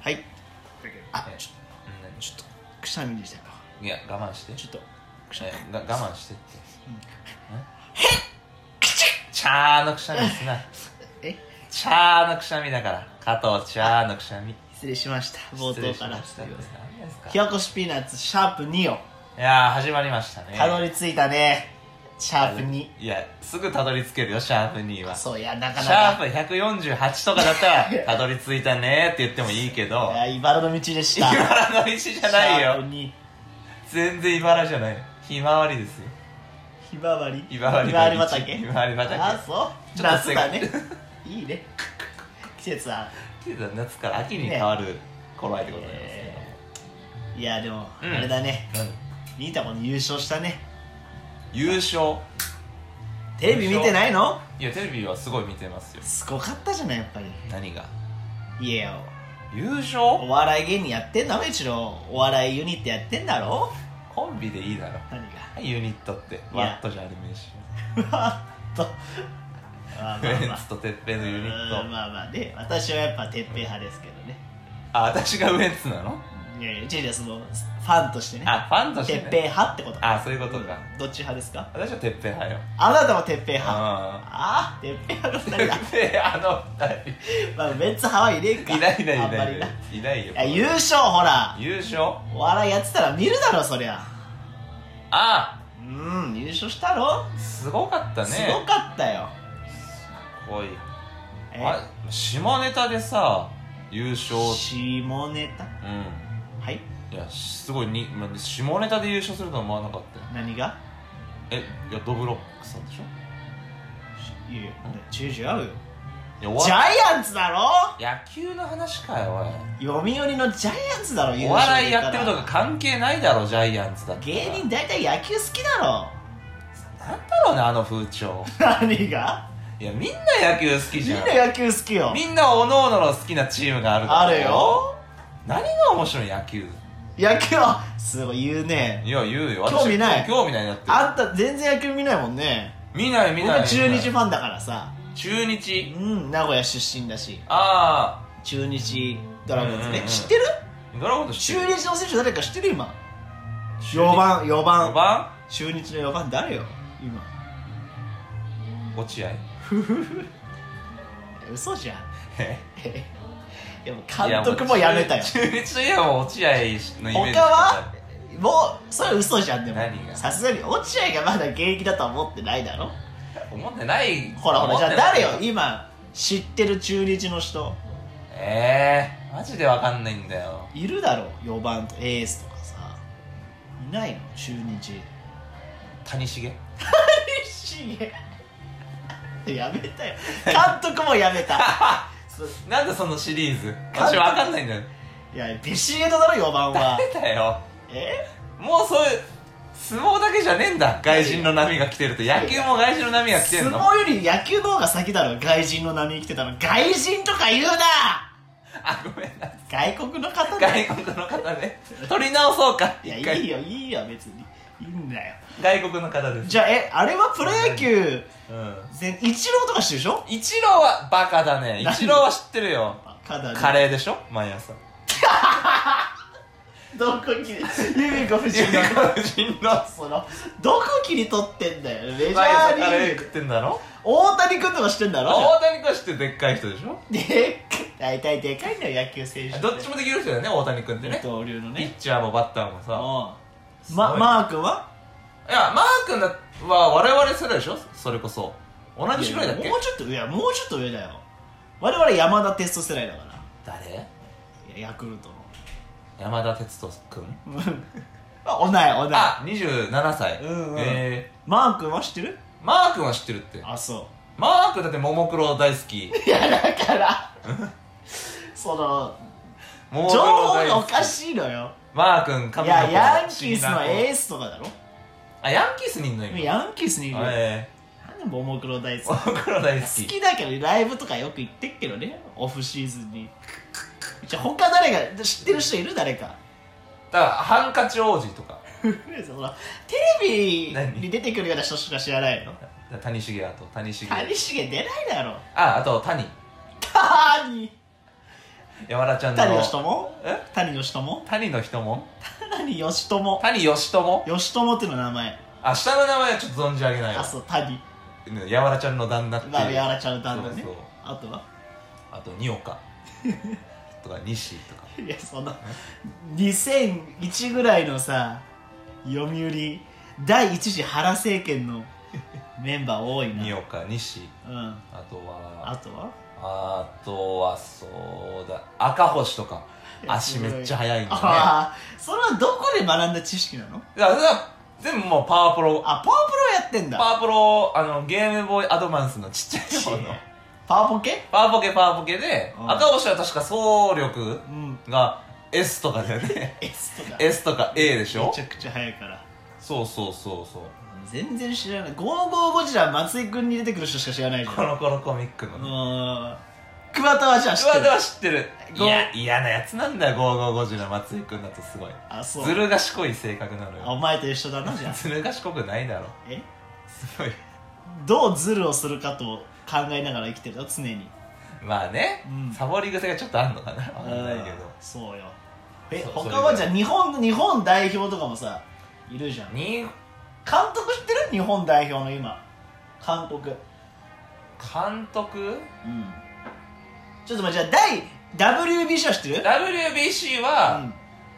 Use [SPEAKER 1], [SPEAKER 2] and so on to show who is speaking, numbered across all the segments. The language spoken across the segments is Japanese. [SPEAKER 1] はいあちょ
[SPEAKER 2] うん何
[SPEAKER 1] ちょっとくしゃみでしたよ
[SPEAKER 2] いや我慢して
[SPEAKER 1] ちょっとくしゃみ
[SPEAKER 2] えが我慢してってチャーのくしゃみすな
[SPEAKER 1] え
[SPEAKER 2] チャーのくしゃみだから加藤チャーのくしゃみ
[SPEAKER 1] 失礼しました冒頭から
[SPEAKER 2] 失礼しました何ですか
[SPEAKER 1] ひよこしピーナッツシャープ2を
[SPEAKER 2] いやー始まりましたね
[SPEAKER 1] たどり着いたねシャープ2
[SPEAKER 2] いやすぐたどり着けるよシャープ2はシ
[SPEAKER 1] そういやなかな
[SPEAKER 2] ャー
[SPEAKER 1] か
[SPEAKER 2] プ148とかだったらたどり着いたねって言ってもいいけど
[SPEAKER 1] いや茨の道でした
[SPEAKER 2] 茨の道じゃない
[SPEAKER 1] シャー
[SPEAKER 2] よ
[SPEAKER 1] プ2
[SPEAKER 2] 全然茨じゃないひまわりですよ
[SPEAKER 1] ひまわり
[SPEAKER 2] ひまわり
[SPEAKER 1] ひまわり畑
[SPEAKER 2] ひまわり畑
[SPEAKER 1] あそう
[SPEAKER 2] ちょっと
[SPEAKER 1] 夏
[SPEAKER 2] せ
[SPEAKER 1] だねいいね季節は
[SPEAKER 2] 季節は夏から秋に変わる頃合いでございますけど、
[SPEAKER 1] えーいやでも
[SPEAKER 2] うん
[SPEAKER 1] あれだね
[SPEAKER 2] 何
[SPEAKER 1] ミータも優勝したね
[SPEAKER 2] 優勝
[SPEAKER 1] テレビ見てないの
[SPEAKER 2] いやテレビはすごい見てますよ
[SPEAKER 1] すごかったじゃないやっぱり
[SPEAKER 2] 何が
[SPEAKER 1] いやよ
[SPEAKER 2] 優
[SPEAKER 1] お
[SPEAKER 2] 勝
[SPEAKER 1] 笑い芸人やってんだろ一応お笑いユニットやってんだろ
[SPEAKER 2] コンビでいいだろ
[SPEAKER 1] 何が
[SPEAKER 2] ユニットって
[SPEAKER 1] や
[SPEAKER 2] ワットじゃあるめえし
[SPEAKER 1] とまあまあ
[SPEAKER 2] フレン
[SPEAKER 1] まあ
[SPEAKER 2] ツとてっぺん のユニッ
[SPEAKER 1] うん
[SPEAKER 2] ト
[SPEAKER 1] まあまあで私はやっぱてっぺん派ですけどね
[SPEAKER 2] あ私がウエンツなの
[SPEAKER 1] いやいや違う違うそのファンとしてね
[SPEAKER 2] あファンとしてて
[SPEAKER 1] っぺん
[SPEAKER 2] ね
[SPEAKER 1] 派ってこと
[SPEAKER 2] あそういうことか
[SPEAKER 1] どっち派ですか
[SPEAKER 2] 私はてっぺん派よ
[SPEAKER 1] あなたもてっぺん派
[SPEAKER 2] う
[SPEAKER 1] ああてっぺん派の
[SPEAKER 2] ん
[SPEAKER 1] 二
[SPEAKER 2] てっ
[SPEAKER 1] 人だ
[SPEAKER 2] ぺんあの二
[SPEAKER 1] まあメンツ派はいねえか
[SPEAKER 2] 人いないいな
[SPEAKER 1] あ
[SPEAKER 2] いい
[SPEAKER 1] んま
[SPEAKER 2] な
[SPEAKER 1] り
[SPEAKER 2] い
[SPEAKER 1] ない
[SPEAKER 2] いないよ
[SPEAKER 1] いや優勝ほら
[SPEAKER 2] 優勝
[SPEAKER 1] お笑いやってたら見るだろそりゃ
[SPEAKER 2] あ
[SPEAKER 1] うん優勝したろ
[SPEAKER 2] すごかったね
[SPEAKER 1] すごかったよ
[SPEAKER 2] ごい
[SPEAKER 1] え
[SPEAKER 2] あ下ネタでさ優勝
[SPEAKER 1] 下ネタ
[SPEAKER 2] うん
[SPEAKER 1] はい
[SPEAKER 2] いやすごいにまあ下ネタで優勝するとは思わなかったよ
[SPEAKER 1] 何が
[SPEAKER 2] えいやドブロックさんでしょ
[SPEAKER 1] いやいや違う違うよ
[SPEAKER 2] いやおわ
[SPEAKER 1] ジャイアンツだろ
[SPEAKER 2] 野球の話かよ
[SPEAKER 1] 読売のジャイアンツだろ
[SPEAKER 2] お
[SPEAKER 1] 優
[SPEAKER 2] いお
[SPEAKER 1] 勝
[SPEAKER 2] 笑いやってるとか関係ないだろジャイアンツだって
[SPEAKER 1] 芸人大体野球好きだろ
[SPEAKER 2] なんだろうねあの風潮
[SPEAKER 1] 何が
[SPEAKER 2] いやみんな野球好き
[SPEAKER 1] み
[SPEAKER 2] じ
[SPEAKER 1] ん
[SPEAKER 2] ゃん
[SPEAKER 1] な野球好きよ
[SPEAKER 2] みんなおのおのの好きなチームがあるから
[SPEAKER 1] あるよ
[SPEAKER 2] 何が面白い野球
[SPEAKER 1] 野球はすごい言うね
[SPEAKER 2] いや言うよ
[SPEAKER 1] 興味ない
[SPEAKER 2] 私興味ないなって
[SPEAKER 1] あんた全然野球見ないもんね
[SPEAKER 2] 見ない見
[SPEAKER 1] 僕
[SPEAKER 2] ない
[SPEAKER 1] は
[SPEAKER 2] 見
[SPEAKER 1] 中
[SPEAKER 2] ない
[SPEAKER 1] 日ファンだからさ
[SPEAKER 2] 中
[SPEAKER 1] う
[SPEAKER 2] 日
[SPEAKER 1] ん名古屋出身だし
[SPEAKER 2] あ
[SPEAKER 1] 中日ドラゴンズ
[SPEAKER 2] うんうん
[SPEAKER 1] ね
[SPEAKER 2] うん
[SPEAKER 1] 知ってる
[SPEAKER 2] あドラゴンズ知っ
[SPEAKER 1] 中
[SPEAKER 2] てる
[SPEAKER 1] 日の選手誰か知ってる今
[SPEAKER 2] 中日
[SPEAKER 1] 4番4
[SPEAKER 2] 4
[SPEAKER 1] 番
[SPEAKER 2] 番
[SPEAKER 1] 中日の4番誰よ今
[SPEAKER 2] 落合
[SPEAKER 1] え嘘じゃん
[SPEAKER 2] え
[SPEAKER 1] いやもう監督もやめたよ
[SPEAKER 2] 中日といえばもう落合のイメージしかない
[SPEAKER 1] 他はもうそれは嘘じゃんでも
[SPEAKER 2] 何が
[SPEAKER 1] さすがに落合がまだ現役だとは思ってないだろ
[SPEAKER 2] 思ってない
[SPEAKER 1] ほらほらじゃあ誰よ
[SPEAKER 2] 思ってない
[SPEAKER 1] 今知ってる中日の人
[SPEAKER 2] ええー、マジでわかんないんだよ
[SPEAKER 1] いるだろ4番とエースとかさいないの中日
[SPEAKER 2] 谷繁
[SPEAKER 1] しげやめた よ監督もやめたそ
[SPEAKER 2] なんでそのシリーズ私わかんないんだよ
[SPEAKER 1] いやビシエドだろ4番は
[SPEAKER 2] 誰だよ
[SPEAKER 1] え
[SPEAKER 2] もうそういう相撲だけじゃねえんだ外人の波が来てると野球も外人の波が来て
[SPEAKER 1] 相
[SPEAKER 2] るの
[SPEAKER 1] 撲より野球の方が先だろ外人の波来てたの外人とか言うな
[SPEAKER 2] あごめんなさい
[SPEAKER 1] 外国の方だ
[SPEAKER 2] 外
[SPEAKER 1] よ
[SPEAKER 2] 国の方ね取り直そうか
[SPEAKER 1] いや
[SPEAKER 2] 一
[SPEAKER 1] いい
[SPEAKER 2] 回
[SPEAKER 1] よいいよ別にいいんだよ
[SPEAKER 2] 外国の方です
[SPEAKER 1] じゃあえあれはプロ野球
[SPEAKER 2] うん
[SPEAKER 1] 全イチローとかしてるでしょ
[SPEAKER 2] イチローはバカだねイ
[SPEAKER 1] 何
[SPEAKER 2] チローは知ってるよ
[SPEAKER 1] カだね
[SPEAKER 2] カレーでしょ 毎朝
[SPEAKER 1] どこ切りユミコ夫人の
[SPEAKER 2] 外人の
[SPEAKER 1] そのどこ切り取ってんだよメジャ
[SPEAKER 2] 毎
[SPEAKER 1] ー
[SPEAKER 2] 朝
[SPEAKER 1] リ
[SPEAKER 2] カレ
[SPEAKER 1] ー
[SPEAKER 2] ー食
[SPEAKER 1] グ
[SPEAKER 2] ってんだろ
[SPEAKER 1] 大谷君とかしてんだろじゃあ
[SPEAKER 2] 大谷君は知ってるでっかい人でしょ
[SPEAKER 1] でっかい大体でかいのよ野球選手
[SPEAKER 2] どっちもできる人だよね大谷君って
[SPEAKER 1] 二
[SPEAKER 2] ね
[SPEAKER 1] 刀流の
[SPEAKER 2] ピッ
[SPEAKER 1] ね
[SPEAKER 2] チャーもバッターも
[SPEAKER 1] うん
[SPEAKER 2] さす
[SPEAKER 1] ま
[SPEAKER 2] ごい
[SPEAKER 1] マー君はい
[SPEAKER 2] やマー君だは我々世代でしょそれこそ同じぐらいだっ
[SPEAKER 1] い
[SPEAKER 2] け
[SPEAKER 1] やもうちょっといやもうちょっと上だよ我々山田テスト世代だか
[SPEAKER 2] 誰
[SPEAKER 1] らいやヤクルトの
[SPEAKER 2] 山田哲人君
[SPEAKER 1] うんあおないおな
[SPEAKER 2] あ二27歳
[SPEAKER 1] うんうん
[SPEAKER 2] え
[SPEAKER 1] いマー君は知ってる
[SPEAKER 2] ー、マー君は知ってるって
[SPEAKER 1] あそ
[SPEAKER 2] マー君だってももクロ大好き
[SPEAKER 1] ういやだからその
[SPEAKER 2] もも
[SPEAKER 1] 情
[SPEAKER 2] クロ
[SPEAKER 1] 報
[SPEAKER 2] 大
[SPEAKER 1] がお
[SPEAKER 2] 好
[SPEAKER 1] か
[SPEAKER 2] き
[SPEAKER 1] しいのよ
[SPEAKER 2] マー君
[SPEAKER 1] い
[SPEAKER 2] 神の
[SPEAKER 1] や
[SPEAKER 2] 子
[SPEAKER 1] ヤンキースの
[SPEAKER 2] 神
[SPEAKER 1] エ
[SPEAKER 2] の
[SPEAKER 1] ースとかだろ
[SPEAKER 2] 子あヤンキースにいんの今
[SPEAKER 1] ヤンキースにいるよなん
[SPEAKER 2] え
[SPEAKER 1] でももクロ大好
[SPEAKER 2] ー
[SPEAKER 1] き
[SPEAKER 2] ももクロ大好
[SPEAKER 1] 好
[SPEAKER 2] き
[SPEAKER 1] きだけどライブとかよく行ってっけどねオフシーズンにじゃあ他誰が知ってる人いる誰か
[SPEAKER 2] だからハンカチ王子とか
[SPEAKER 1] そのテレビに出てくるような人しか知らないの
[SPEAKER 2] 谷繁あと谷繁
[SPEAKER 1] 谷繁出ないだろ
[SPEAKER 2] ああと谷
[SPEAKER 1] 谷
[SPEAKER 2] 山田ちゃんの
[SPEAKER 1] 谷義友
[SPEAKER 2] え
[SPEAKER 1] 谷義友
[SPEAKER 2] 谷の人も
[SPEAKER 1] 谷義友
[SPEAKER 2] 谷義友
[SPEAKER 1] 義友っていうの名前
[SPEAKER 2] あ下の名前はちょっと存じ上げない
[SPEAKER 1] あ
[SPEAKER 2] わ
[SPEAKER 1] そう谷
[SPEAKER 2] 山田ちゃんの旦那っていう
[SPEAKER 1] まあやらちゃうだんだね
[SPEAKER 2] そうそう
[SPEAKER 1] あとは
[SPEAKER 2] あと二岡 とか西とか
[SPEAKER 1] いやその2001ぐらいのさ読売第一次原政権のメンバー多い
[SPEAKER 2] 二
[SPEAKER 1] な、
[SPEAKER 2] 岡西
[SPEAKER 1] うん、
[SPEAKER 2] あと
[SPEAKER 1] あ
[SPEAKER 2] は
[SPEAKER 1] とは
[SPEAKER 2] あとはそうだ赤星とか足めっちゃ速いんだね
[SPEAKER 1] ああそれはどこで学んだ知識なの
[SPEAKER 2] だからそれは全部もうパワープロ
[SPEAKER 1] あパワープロやってんだ
[SPEAKER 2] パワープロあのゲームボーイアドバンスのちっちゃい方の
[SPEAKER 1] パワーポケ
[SPEAKER 2] パワーポケパワーポケで
[SPEAKER 1] うん
[SPEAKER 2] 赤星は確か総力
[SPEAKER 1] うん
[SPEAKER 2] が S とかだよね
[SPEAKER 1] S とか
[SPEAKER 2] S とか A でしょ
[SPEAKER 1] めちゃくちゃ早いから
[SPEAKER 2] そうそうそうそう
[SPEAKER 1] 全然知らない「555ジラ」松井君に出てくる人しか知らないじゃん
[SPEAKER 2] コロコロコミックの
[SPEAKER 1] う
[SPEAKER 2] ね
[SPEAKER 1] ん桑田はじゃあ知っ
[SPEAKER 2] うわ
[SPEAKER 1] て
[SPEAKER 2] で
[SPEAKER 1] る
[SPEAKER 2] は知ってるい
[SPEAKER 1] ゴー
[SPEAKER 2] や嫌なやつなんだよ555時の松井君だとすごい
[SPEAKER 1] あそう
[SPEAKER 2] ずる賢い性格なの
[SPEAKER 1] あお
[SPEAKER 2] よ
[SPEAKER 1] 前と一緒だなじゃあ
[SPEAKER 2] ずる賢くないだろ
[SPEAKER 1] え
[SPEAKER 2] すごい
[SPEAKER 1] どうズルをするかと考えながら生きてるの常に
[SPEAKER 2] まあね、
[SPEAKER 1] うん
[SPEAKER 2] サボり癖がちょっとあんのかなわかんないけ
[SPEAKER 1] うん
[SPEAKER 2] ど
[SPEAKER 1] そうよえ
[SPEAKER 2] そう
[SPEAKER 1] 他
[SPEAKER 2] そ
[SPEAKER 1] は
[SPEAKER 2] れぐ
[SPEAKER 1] じ
[SPEAKER 2] ら
[SPEAKER 1] ゃあ日本日本代表とかもさいるじゃん監
[SPEAKER 2] に
[SPEAKER 1] 督知ってる日本代表の今監督
[SPEAKER 2] 監督
[SPEAKER 1] うんちょっと待ってじゃあ第 WBC は知ってる
[SPEAKER 2] WBC は、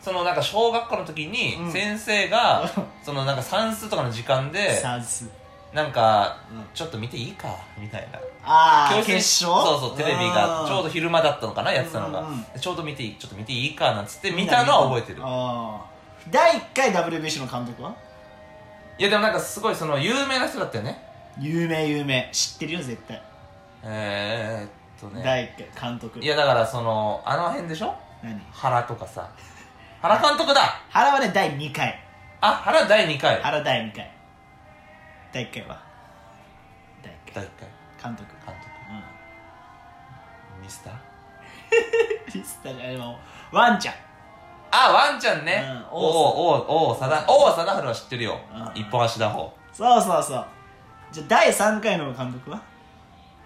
[SPEAKER 2] そのなんか小学校の時に
[SPEAKER 1] うん
[SPEAKER 2] 先生が、そのなんか算数とかの時
[SPEAKER 1] う
[SPEAKER 2] 間
[SPEAKER 1] ん、
[SPEAKER 2] で
[SPEAKER 1] サンス、
[SPEAKER 2] なんか
[SPEAKER 1] うん、
[SPEAKER 2] ちょっと見ていいかみたいな
[SPEAKER 1] ああ
[SPEAKER 2] 教室に
[SPEAKER 1] 決勝
[SPEAKER 2] そうそうテレビがちょうど
[SPEAKER 1] ど
[SPEAKER 2] 昼間だったのかなやってたのが、
[SPEAKER 1] うんうん
[SPEAKER 2] ちょうど見ていいちょっと見ていいかなんつって見たのは覚えてる
[SPEAKER 1] 第1回 WBC の監督はい
[SPEAKER 2] やでもなんかすごいその有名な人だったよね
[SPEAKER 1] 有名有名知ってるよ絶対、
[SPEAKER 2] えー、っとね
[SPEAKER 1] 第1回監督
[SPEAKER 2] いやだからそのあの辺でしょ
[SPEAKER 1] 何
[SPEAKER 2] 原とかさ原監督だ
[SPEAKER 1] 原はね第2回
[SPEAKER 2] あ原第2回
[SPEAKER 1] 原第2回第1回は第1回
[SPEAKER 2] 第1回
[SPEAKER 1] 監督
[SPEAKER 2] 監督
[SPEAKER 1] う
[SPEAKER 2] ミスター
[SPEAKER 1] んリスタじゃないもうワンちゃん
[SPEAKER 2] あワンちゃんね、
[SPEAKER 1] うん
[SPEAKER 2] おおおおさだおおさだはるは知ってるよ、
[SPEAKER 1] うん
[SPEAKER 2] 一本足打法
[SPEAKER 1] そうそうそうじゃあ第3回の監督は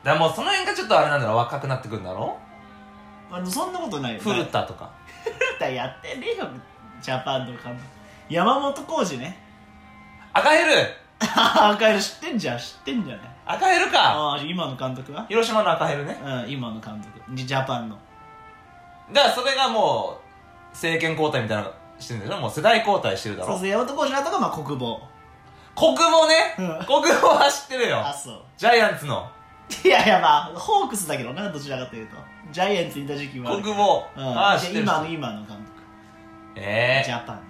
[SPEAKER 2] だからもうその辺がちょっとあれなんだろう若くなってくるんだろ
[SPEAKER 1] あのそんなことないよ
[SPEAKER 2] 古田とか
[SPEAKER 1] 古田やってねえよジャパンの監督山本浩二ね
[SPEAKER 2] 赤ヘル
[SPEAKER 1] 赤色知ってんじゃん知ってんじゃない
[SPEAKER 2] 赤ヘルか
[SPEAKER 1] ああ今の監督は
[SPEAKER 2] 広島の赤ヘルね
[SPEAKER 1] うん今の監督ジャパンの
[SPEAKER 2] だからそれがもう政権交代みたいなのしてるんでしょもう世代交代してるだ
[SPEAKER 1] そう
[SPEAKER 2] ろ
[SPEAKER 1] そう山本浩二の後がまあ国防
[SPEAKER 2] 国防ね、
[SPEAKER 1] うん
[SPEAKER 2] 国防は知ってるよ
[SPEAKER 1] あそう
[SPEAKER 2] ジャイアンツの
[SPEAKER 1] いやいやまあホークスだけどなどちらかというとジャイアンツにいた時期もあ
[SPEAKER 2] 国
[SPEAKER 1] るけど
[SPEAKER 2] 防、
[SPEAKER 1] うん、
[SPEAKER 2] ああ知って
[SPEAKER 1] で
[SPEAKER 2] る
[SPEAKER 1] 今の今の監督
[SPEAKER 2] え
[SPEAKER 1] ジ
[SPEAKER 2] ー、
[SPEAKER 1] ャパン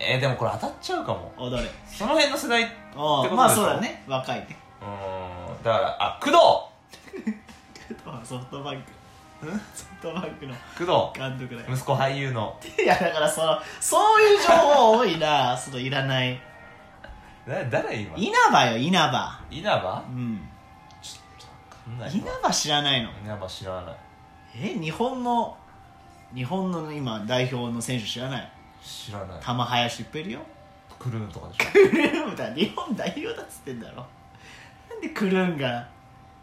[SPEAKER 2] えー、でもこれ当たっちゃうかも
[SPEAKER 1] の踊れ
[SPEAKER 2] その辺の世代うってこ
[SPEAKER 1] お
[SPEAKER 2] とでしょ
[SPEAKER 1] まあそうだね若いね
[SPEAKER 2] ーんだからあ工
[SPEAKER 1] ソフトバンクソフトバンクの
[SPEAKER 2] 藤工
[SPEAKER 1] 監督だよ
[SPEAKER 2] 藤息子俳優の
[SPEAKER 1] いやだからそのそういう情報多いな そのいらない
[SPEAKER 2] だ誰今
[SPEAKER 1] 稲葉よ稲葉
[SPEAKER 2] 稲葉
[SPEAKER 1] うん
[SPEAKER 2] そんな
[SPEAKER 1] 稲葉知らないの
[SPEAKER 2] 稲葉知らない
[SPEAKER 1] え日本の日本の今代表の選手知らない
[SPEAKER 2] 知らない
[SPEAKER 1] 玉林いっぱいいるよ
[SPEAKER 2] クルーンとかでしょ
[SPEAKER 1] クルーンだ日本代表だっつってんだろなんでクルーンが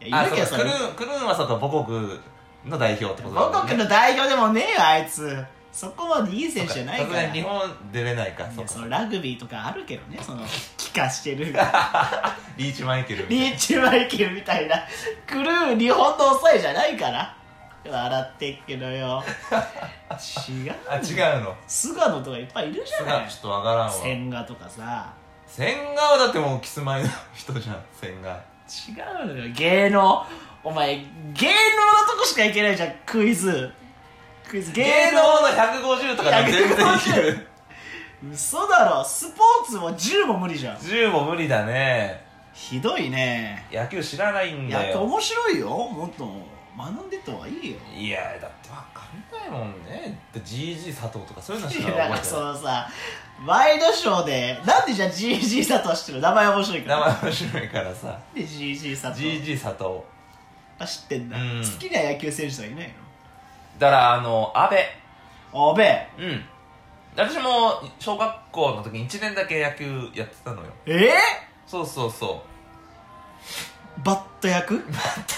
[SPEAKER 1] いや
[SPEAKER 2] あ
[SPEAKER 1] いる
[SPEAKER 2] そう
[SPEAKER 1] けどさ
[SPEAKER 2] かクルーンクルーンはそうか母国の代表ってことだ
[SPEAKER 1] 母国の代表でもねえよあいつそこまでいい選手じゃない
[SPEAKER 2] さ
[SPEAKER 1] か
[SPEAKER 2] すが
[SPEAKER 1] ら
[SPEAKER 2] に日本出れないか
[SPEAKER 1] い
[SPEAKER 2] そう
[SPEAKER 1] やその
[SPEAKER 2] か
[SPEAKER 1] ラグビーとかあるけどねその帰化してる
[SPEAKER 2] リーチマイケルみたいな
[SPEAKER 1] リーチマイケルみたいなクルー日本の抑えじゃないから笑ってっけど よ違う
[SPEAKER 2] あ違うの
[SPEAKER 1] 菅野とかいっぱいいるじ
[SPEAKER 2] す
[SPEAKER 1] ゃな
[SPEAKER 2] が
[SPEAKER 1] い
[SPEAKER 2] ちょっとわからんわ
[SPEAKER 1] 千賀とかさ
[SPEAKER 2] 千賀はだってもうキスマイの人じゃん千賀
[SPEAKER 1] 違うのよ芸能お前芸能のとこしかいけないじゃんクイズクイズ
[SPEAKER 2] 芸
[SPEAKER 1] 芸
[SPEAKER 2] 能
[SPEAKER 1] 能
[SPEAKER 2] の150とかで全然いける
[SPEAKER 1] 嘘だろスポーツも10も無理じゃん
[SPEAKER 2] 10も無理だね
[SPEAKER 1] ひどいね
[SPEAKER 2] 野球知らないん
[SPEAKER 1] い
[SPEAKER 2] だ
[SPEAKER 1] や
[SPEAKER 2] よ
[SPEAKER 1] 面白いよもっと学んでった方がいいよ
[SPEAKER 2] いやだってわかんないもんねだって GG 佐藤とかそういうの知
[SPEAKER 1] いや
[SPEAKER 2] らな
[SPEAKER 1] ないんかそのさワイドショーでなんでじゃあ GG 佐藤知ってる名前面白いから
[SPEAKER 2] 名
[SPEAKER 1] なん
[SPEAKER 2] 前面白いからさ
[SPEAKER 1] で GG 佐藤
[SPEAKER 2] GG 佐藤
[SPEAKER 1] あ知ってんだ、
[SPEAKER 2] うん
[SPEAKER 1] 好きな野球選手とかいない
[SPEAKER 2] だからあの阿部
[SPEAKER 1] のおべえ
[SPEAKER 2] うん私も小学校の時に1年だけ野球やってたのよ
[SPEAKER 1] え
[SPEAKER 2] そうそうそ
[SPEAKER 1] バット役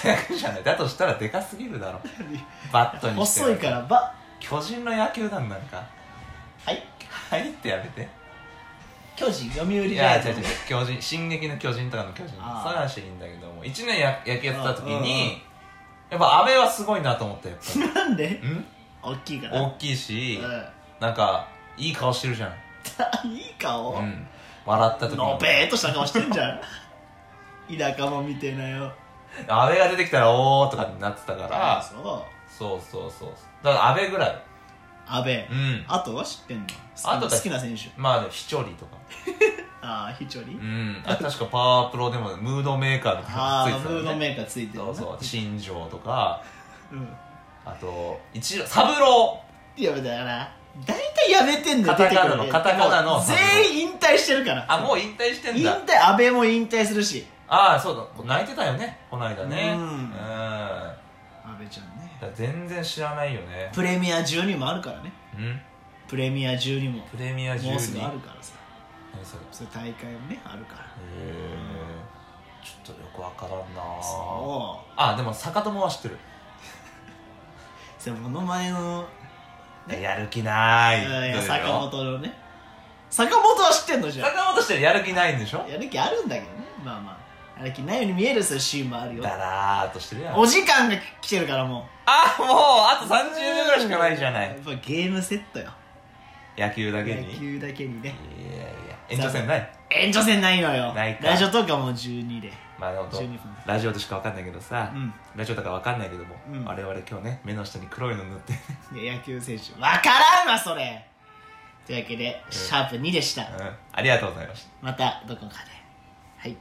[SPEAKER 2] 役じゃないだとしたらでかすぎるだろバットにして
[SPEAKER 1] 細いからバ
[SPEAKER 2] 巨人の野球団なんか
[SPEAKER 1] はい
[SPEAKER 2] はいってやめて
[SPEAKER 1] 巨人読売
[SPEAKER 2] い
[SPEAKER 1] ジ
[SPEAKER 2] や
[SPEAKER 1] ャイア
[SPEAKER 2] 違う
[SPEAKER 1] ン
[SPEAKER 2] 違う
[SPEAKER 1] ツ
[SPEAKER 2] 巨人進撃の巨人とかの巨人そういう
[SPEAKER 1] あー
[SPEAKER 2] 話はいいんだけども1年や野球やってた時
[SPEAKER 1] うんうんうん
[SPEAKER 2] にやっぱ阿部はすごいなと思ったやっぱり
[SPEAKER 1] なんで
[SPEAKER 2] うん
[SPEAKER 1] 大きいから
[SPEAKER 2] 大きいし
[SPEAKER 1] う
[SPEAKER 2] なんかいい顔してるじゃん
[SPEAKER 1] ん いい顔、
[SPEAKER 2] うん笑った時
[SPEAKER 1] のべーっとした顔してんじゃん田舎も見てなよ
[SPEAKER 2] 阿部が出てきたらおーとかになってたから
[SPEAKER 1] そう
[SPEAKER 2] そうそうそうだから阿部ぐらい
[SPEAKER 1] 阿部、
[SPEAKER 2] うん
[SPEAKER 1] あとは知ってんの
[SPEAKER 2] あ
[SPEAKER 1] 好
[SPEAKER 2] と
[SPEAKER 1] き
[SPEAKER 2] だ
[SPEAKER 1] 好きな選手
[SPEAKER 2] まあでも飛距離とか
[SPEAKER 1] ああひちょり
[SPEAKER 2] うんあ確かパワープロでもムードメーカーみたい
[SPEAKER 1] あ
[SPEAKER 2] な
[SPEAKER 1] あ
[SPEAKER 2] のついてた
[SPEAKER 1] ム
[SPEAKER 2] よ
[SPEAKER 1] ードメーカーついてる
[SPEAKER 2] そ
[SPEAKER 1] な
[SPEAKER 2] うそう新庄とか
[SPEAKER 1] うん
[SPEAKER 2] あと一郎三郎
[SPEAKER 1] いやだから大体やめてんだよ
[SPEAKER 2] カ
[SPEAKER 1] 出
[SPEAKER 2] タ
[SPEAKER 1] て
[SPEAKER 2] カ
[SPEAKER 1] く
[SPEAKER 2] ナ
[SPEAKER 1] る
[SPEAKER 2] の
[SPEAKER 1] ね
[SPEAKER 2] カタカナの
[SPEAKER 1] もう全員引退してるから
[SPEAKER 2] あもう引退してん
[SPEAKER 1] 引
[SPEAKER 2] だ
[SPEAKER 1] 退阿部も引退するし
[SPEAKER 2] ああそうだ泣いてたよねこの間ね
[SPEAKER 1] う
[SPEAKER 2] うんんだ
[SPEAKER 1] 阿部ちゃんね
[SPEAKER 2] から全然知らないよね
[SPEAKER 1] プレミア12もあるからね
[SPEAKER 2] うん
[SPEAKER 1] プレミア12も
[SPEAKER 2] プレミア12
[SPEAKER 1] もうすぐある
[SPEAKER 2] 何
[SPEAKER 1] からさ
[SPEAKER 2] それへ
[SPEAKER 1] そういう大会もねあるから
[SPEAKER 2] えちょっとよくわからんなあ
[SPEAKER 1] そう
[SPEAKER 2] あでも坂友は知ってる
[SPEAKER 1] それもの前のね
[SPEAKER 2] やる気ない
[SPEAKER 1] うんいや
[SPEAKER 2] どうよ
[SPEAKER 1] 坂本のね坂本は知ってんのじゃん
[SPEAKER 2] 坂本してるやる気ないんでしょ
[SPEAKER 1] やる気あるんだけどねまあまあやる気ないように見えるそういうシーンもあるよ
[SPEAKER 2] だらーっとしてるやん
[SPEAKER 1] お時間が来てるからも
[SPEAKER 2] あもうあと
[SPEAKER 1] う
[SPEAKER 2] 30秒ぐらいしかないじゃな
[SPEAKER 1] や
[SPEAKER 2] い
[SPEAKER 1] っぱゲームセットよ
[SPEAKER 2] 野球だけに
[SPEAKER 1] 野
[SPEAKER 2] い
[SPEAKER 1] 球だけにね
[SPEAKER 2] やいや延長戦ない
[SPEAKER 1] 延長戦ないのよ
[SPEAKER 2] ないか
[SPEAKER 1] ラジオとかもう12で
[SPEAKER 2] まあでもどう
[SPEAKER 1] 12分
[SPEAKER 2] ラジオでしかわかんないけどさ、
[SPEAKER 1] うん
[SPEAKER 2] ラジオだからわかんないけども、
[SPEAKER 1] うん
[SPEAKER 2] 我々今日ね目の下に黒いの塗って
[SPEAKER 1] いや野球選手わからんわそれというわけでシャープ2でした
[SPEAKER 2] うんありがとうございました
[SPEAKER 1] またどこかではい